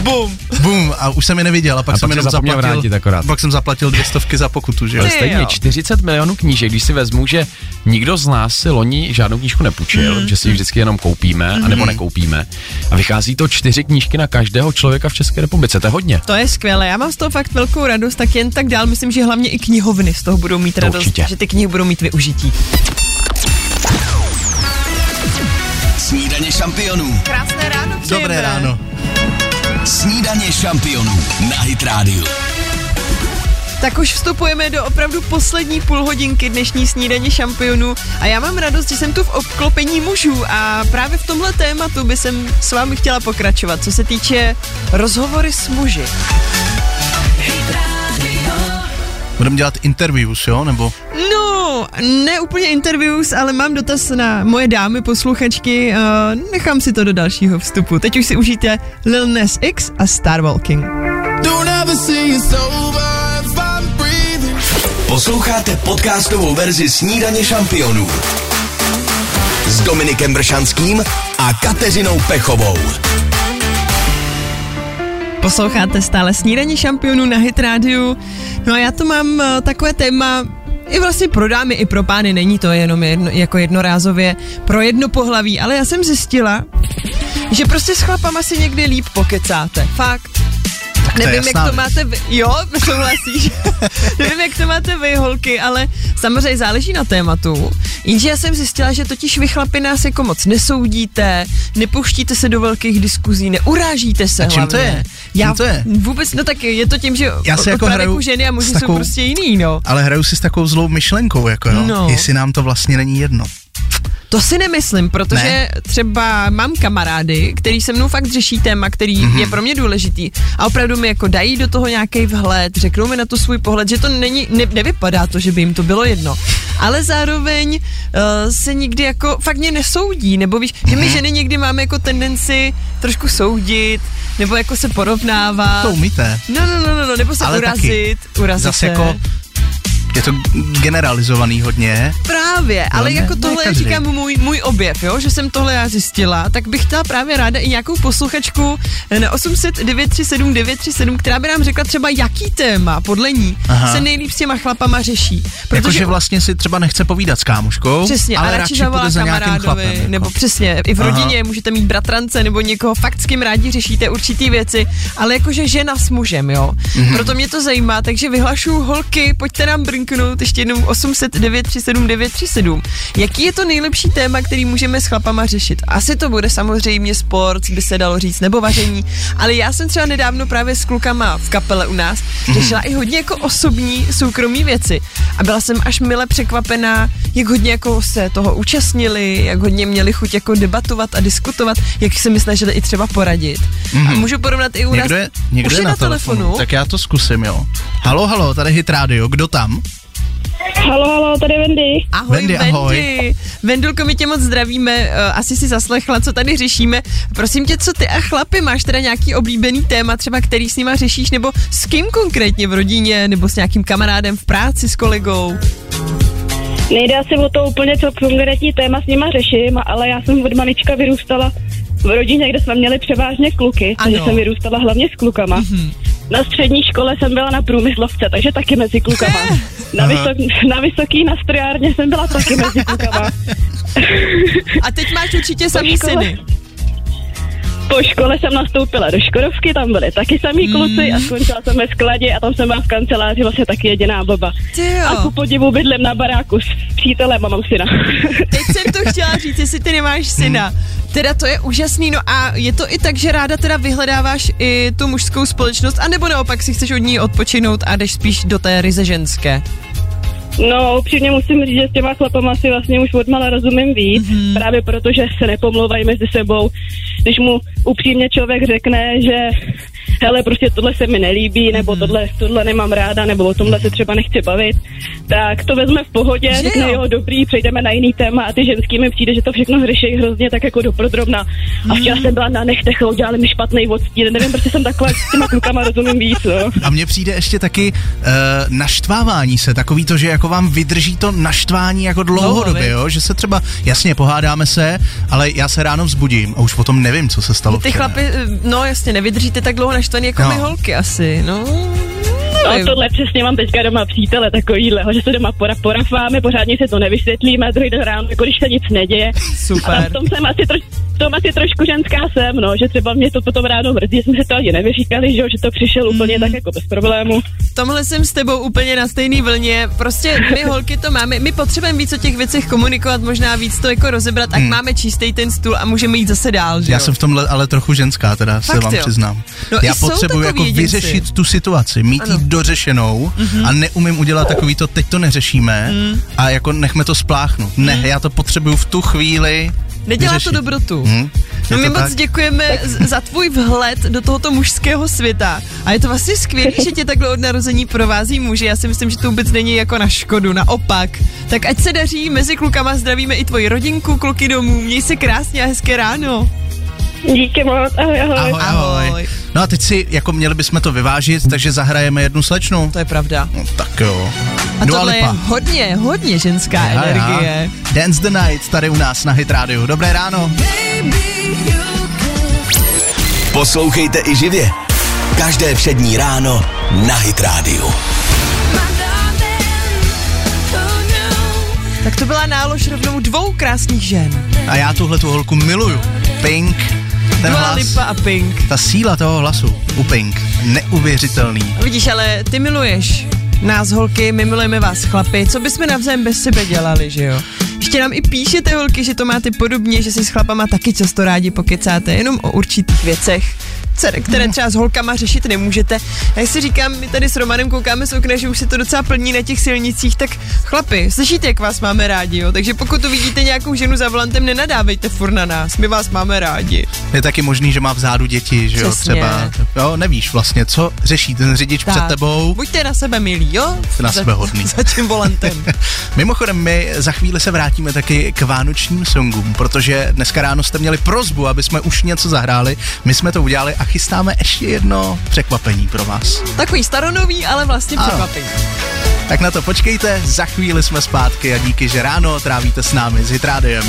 Bum! Bum! A už jsem je neviděl a pak A jsem pak jenom se zapomněl zaplatil. vrátit akorát. Pak jsem zaplatil dvě stovky za pokutu, že jo? Ale Ty stejně jo. 40 milionů knížek, když si vezmu, že nikdo z nás si loni žádnou knížku nepůjčil, Hmm. mm. že si ji vždycky jenom koupíme, mm. anebo nekoupíme. A vychází to čtyři knížky na každého člověka v České republice, to je hodně. To je skvělé, já mám z toho fakt velkou radost, tak jen tak dál, myslím, že hlavně i knihovny z toho budou mít to radost, určitě. že ty knihy budou mít využití. Snídaně šampionů. Krásné ráno, příjemné. Dobré ráno. Snídaně šampionů na Hit Radio. Tak už vstupujeme do opravdu poslední půlhodinky dnešní snídaně šampionů a já mám radost, že jsem tu v obklopení mužů a právě v tomhle tématu by jsem s vámi chtěla pokračovat, co se týče rozhovory s muži. Budeme dělat interviews, jo? Nebo No, ne úplně interviews, ale mám dotaz na moje dámy posluchačky. eh, Nechám si to do dalšího vstupu. Teď už si užijte Lil Nas X a Star Walking. Posloucháte podcastovou verzi Snídaně šampionů s Dominikem Bršanským a Kateřinou Pechovou. Posloucháte stále snídaní šampionů na Hit Radio. No a já tu mám eh, takové téma, i vlastně pro dámy, i pro pány, není to jenom jedno, jako jednorázově pro jedno pohlaví, ale já jsem zjistila, že prostě s chlapama si někdy líp pokecáte, fakt. Tak je Nevím, jak jasná to máte vy. Jo, souhlasíš. Nevím, jak to máte vy, holky, ale samozřejmě záleží na tématu. Jenže já jsem zjistila, že totiž vy chlapi nás jako moc nesoudíte, nepouštíte se do velkých diskuzí, neurážíte se A čím to hlavně. je? Já Čím to je? vůbec, no tak je to tím, že Já si od- jako od pravěku hraju ženy a muži s jsou takovou- prostě jiný, no. ale hraju si s takovou zlou myšlenkou, jako jo? No. Jestli nám to vlastně není jedno. To si nemyslím, protože ne. Ne? třeba mám kamarády, který se mnou fakt řeší téma, který Mhm. mm-hmm. je pro mě důležitý a opravdu mi jako dají do toho nějaký vhled, řeknou mi na to svůj pohled, že to není, ne, nevypadá to, že by jim to bylo jedno. Ale zároveň uh, se nikdy jako fakt mě nesoudí, nebo víš, že Mhm. my ženy někdy máme jako tendenci trošku soudit, nebo jako se porovnávat. To umíte. No, no, no, no, no, nebo se Ale taky. urazit, urazit Zase se. jako je to generalizovaný hodně. Právě, ale No ne- jako ne tohle je, každý. říkám můj, můj objev, jo, že jsem tohle já zjistila, tak bych chtěla právě ráda i nějakou posluchačku na 800 937 937, která by nám řekla třeba, jaký téma podle ní Aha. Aha. se nejlíp s těma chlapama řeší. Jakože vlastně si třeba nechce povídat s kámoškou, Přesně, ale a radši radši zavolá půjde za nějakým kamarádovi, chlapem. Jako. nebo přesně, i v Aha. rodině Aha. můžete mít bratrance nebo někoho fakt, s kým rádi řešíte určitý věci, Mhm. ale jakože žena s mužem, jo. Mm-hmm. Proto mě to zajímá, takže vyhlašuju holky, pojďte nám br- linknout ještě jednou 800 937 937. Jaký je to nejlepší téma, který můžeme s chlapama řešit? Asi to bude samozřejmě sport, by se dalo říct, nebo vaření, ale já jsem třeba nedávno právě s klukama v kapele u nás Mhm. řešila i hodně jako osobní, soukromí věci. A byla jsem až mile překvapená, jak hodně jako se toho účastnili, jak hodně měli chuť jako debatovat a diskutovat, jak se mi snažili i třeba poradit. A můžu porovnat i u nás. Mhm. Někdo je, někdo Už je je na telefonu. Tak já to zkusím, jo. Halo, halo, tady Hit Radio, kdo tam? Halo, halo, tady Wendy. Ahoj, Wendy, Vendy, ahoj. Vendy. Vendulko, my tě moc zdravíme, eh, asi si zaslechla, co tady řešíme. Prosím tě, co ty a chlapy, máš teda nějaký oblíbený téma, třeba který s nima řešíš, nebo s kým konkrétně v rodině, nebo s nějakým kamarádem v práci, s kolegou? Nejde asi o to úplně, co konkrétní téma s nima řeším, ale já jsem od malička vyrůstala v rodině, kde jsme měli převážně kluky, takže Ano. Mhm. jsem vyrůstala hlavně s klukama. Na střední škole jsem byla na průmyslovce, takže taky mezi klukama. Eh. Na, vysok, na vysoký na strojárně jsem byla taky mezi klukama. A teď máš určitě samý škole. syny. Po škole jsem nastoupila do Škodovky, tam byly taky samý Mhm. kluci a skončila jsem ve skladě a tam jsem byla v kanceláři vlastně taky jediná baba. Ty A ku jo. podivu bydlím na baráku s přítelem a mám syna. Teď jsem to chtěla říct, jestli ty Hmm. nemáš syna. Teda to je úžasný, no a je to i tak, že ráda teda vyhledáváš i tu mužskou společnost, anebo naopak si chceš od ní odpočinout a jdeš spíš do té ryze ženské. No, upřímně musím říct, že s těma chlapama si vlastně už odmala rozumím víc, Mhm. mm-hmm. právě protože se nepomlouvají mezi sebou. Když mu upřímně člověk řekne, že hele, prostě tohle se mi nelíbí, mm-hmm. Mhm. nebo tohle, tohle nemám ráda, nebo o tomhle se třeba nechci bavit, tak to vezme v pohodě, Že řekne jo? jo, dobrý, přejdeme na jiný téma a ty ženský mi přijde, že to všechno řeší hrozně tak jako doprodrobna. A včera Mhm. jsem byla na nechtech a udělali mi špatný odstín, nevím, prostě jsem takhle s těma klukama rozumím víc, no. A mně přijde ještě taky uh, naštvávání se, takový to, že jako vám vydrží to naštvání jako dlouhodobě, Dlouho, jo? Že se třeba, jasně, pohádáme se, ale já se ráno vzbudím a už potom nevím, co se stalo. Ty včera. chlapy, no jasně, nevydržíte tak dlouho naštvaný jako No. no. my holky asi, no. No nevím. tohle přesně mám teďka doma přítele takovýhleho, že se doma pora, porafáme, pořádně se to nevysvětlíme, druhý den ráno, jako když se nic neděje. A tam v Super. tom jsem asi, troš, v tom asi trošku ženská jsem, no, že třeba mě to potom ráno mrzí, že jsme se to ani nevyříkali, že, jo, že to přišel úplně Mhm. tak jako bez problému. V tomhle jsem s tebou úplně na stejný vlně. Prostě my holky to máme, my potřebujeme víc o těch věcech komunikovat, možná víc to jako rozebrat, tak máme čistý ten stůl a můžeme jít zase dál, že Hmm. Já jo? jsem v tomhle ale trochu ženská, teda se Fakt vám jo. přiznám. No, já i jsou potřebuji takový jako jedinci. vyřešit tu situaci, mít ji Ano. Mhm. dořešenou a neumím udělat takový to, teď to neřešíme a jako nechme to spláchnout. Ne, Mhm. já to potřebuju v tu chvíli Nedělá vyřešit. to dobrotu. Hm? No Je my to moc tak? děkujeme z- za tvůj vhled do tohoto mužského světa. A je to vlastně skvělé, že tě takhle od narození provází muži. Já si myslím, že to vůbec není jako na škodu, naopak. Tak ať se daří, mezi klukama zdravíme i tvoji rodinku, kluky domů. Měj se krásně a hezké ráno. Díky moc, ahoj, ahoj. Ahoj, ahoj, Ahoj. No a teď si, jako měli bychom to vyvážit, takže zahrajeme jednu slečnu. To je pravda. No, tak jo. A Dua tohle je Lipa. hodně, hodně ženská Já, já. energie. Dance the Night tady u nás na Hit Radio. Dobré ráno. Poslouchejte i živě. Každé přední ráno na Hit Radio. Tak to byla nálož rovnou dvou krásných žen. A já tuhle tu holku miluju. Pink. Ten Dua hlas, Lipa a Pink. ta síla toho hlasu u Pink. Neuvěřitelný. Vidíš, ale ty miluješ nás holky, my milujeme vás chlapy, co bychom navzájem bez sebe dělali, že jo? Ještě nám i píšete holky, že to máte podobně, že si s chlapama taky často rádi pokecáte, jenom o určitých věcech cer- které Hmm. třeba s holkama řešit nemůžete. A jak si říkám, my tady s Romanem koukáme z okna, že už se to docela plní na těch silnicích, tak chlapi, slyšíte, jak vás máme rádi, jo? Takže pokud uvidíte nějakou ženu za volantem, nenadávejte furt na nás, my vás máme rádi. Je taky možný, že má vzadu děti, že jo, Přesně. třeba. Jo, nevíš vlastně, co řeší ten řidič před tebou. Buďte na sebe milí, jo? Na Za- sebe hodný. Za tím volantem. Mimochodem, my za chvíli se vrátíme taky k vánočním songům, protože dneska ráno jste měli prozbu, aby jsme už něco zahráli. My jsme to udělali a chystáme ještě jedno překvapení pro vás. Takový staronový, ale vlastně Ano. překvapivý. Tak na to počkejte, za chvíli jsme zpátky a díky, že ráno trávíte s námi s Hitrádiem.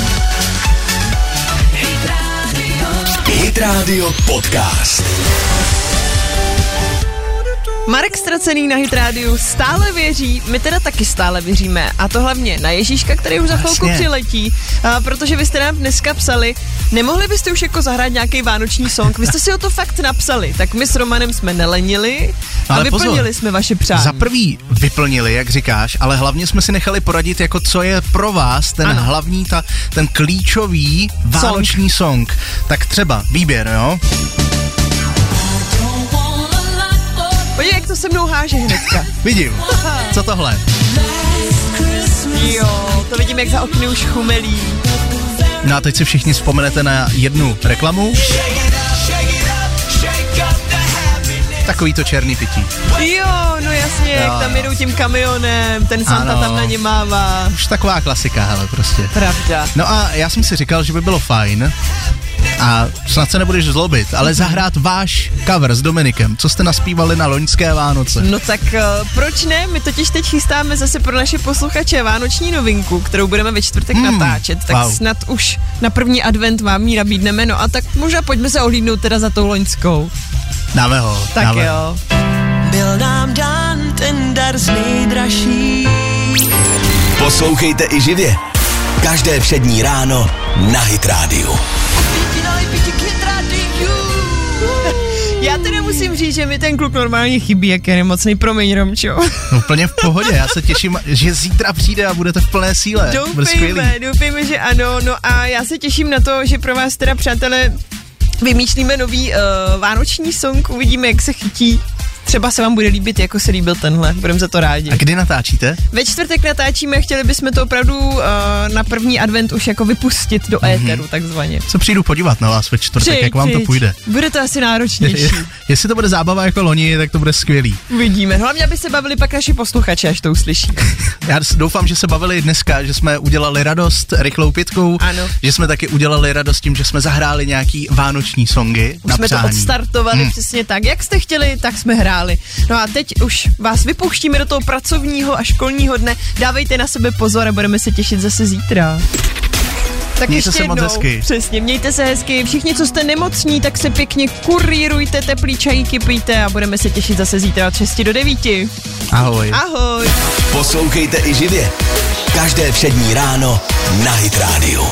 Hit Radio Podcast. Marek Stracený na Hitrádiu stále věří, my teda taky stále věříme, a to hlavně na Ježíška, který už za chvilku Jasně. přiletí, a protože vy jste nám dneska psali, nemohli byste už jako zahrát nějaký vánoční song, vy jste si o to fakt napsali, tak my s Romanem jsme nelenili a Ale pozor. vyplnili jsme vaše přání. Za prvý vyplnili, jak říkáš, ale hlavně jsme si nechali poradit, jako co je pro vás ten ano. hlavní, ta, ten klíčový vánoční song. Tak třeba výběr, jo? Podívej, jak to se mnou háže hnedka. Vidím. Co tohle? Jo, to vidím, jak za okny už chumelí. No a teď si všichni vzpomenete na jednu reklamu. Takový to černý pití. Jo, no jasně, jo, Jo, jak tam jo. jedou tím kamionem, ten Santa Ano. tam na ně mává. Už taková klasika, hele, prostě. Pravda. No a já jsem si říkal, že by bylo fajn, a snad se nebudeš zlobit, ale zahrát váš cover s Dominikem, co jste naspívali na loňské Vánoce. No tak eh, proč ne? My totiž teď chystáme zase pro naše posluchače vánoční novinku, kterou budeme ve čtvrtek Hmm, natáčet, tak wow. snad už na první advent vám ji nabídneme, no a tak možná pojďme se ohlídnout teda za tou loňskou. Dáme ho, Tak dáme ho. jo. Byl nám dán ten dar z nejdražší. Poslouchejte i živě. Každé přední ráno na Hitrádiu. Jedinej bytik hit rádiu. Já teda musím říct, že mi ten kluk normálně chybí, jak je nemocný, promiň Romčo. No, Úplně v pohodě, já se těším, že zítra přijde a budete v plné síle. Bude skvělý. Doufejme, doufejme, že ano. No a já se těším na to, že pro vás teda, přátelé, vymýšlíme nový uh, vánoční song, uvidíme, jak se chytí. Třeba se vám bude líbit, jako se líbil tenhle, budeme za to rádi. A kdy natáčíte? Ve čtvrtek natáčíme, chtěli bychom to opravdu uh, na první advent už jako vypustit do éteru, takzvaně. Se přijdu podívat na vás ve čtvrtek, Přijď, Mhm. jak vám to přijď. půjde. Bude to asi Je- náročnější, je- Jestli to bude zábava jako loni, tak to bude skvělý. uvidíme. Hlavně, aby se bavili pak naši posluchači, až to uslyší. Já s- doufám, že se bavili dneska, že jsme udělali radost rychlou pitkou, Ano. že jsme taky udělali radost tím, že jsme zahráli nějaký vánoční songy Už na jsme to přání. odstartovali Hmm. hmm. přesně tak, jak jste chtěli, tak jsme hráli. No a teď už vás vypouštíme do toho pracovního a školního dne. Dávejte na sebe pozor a budeme se těšit zase zítra. Tak Mějte ještě se moc jednou, hezky. Přesně, mějte se hezky. Všichni, co jste nemocní, tak se pěkně kurírujte, teplý čajíky pijte a budeme se těšit zase zítra od 6 do 9. Ahoj. Ahoj! Poslouchejte i živě. Každé přední ráno na Hitrádiu.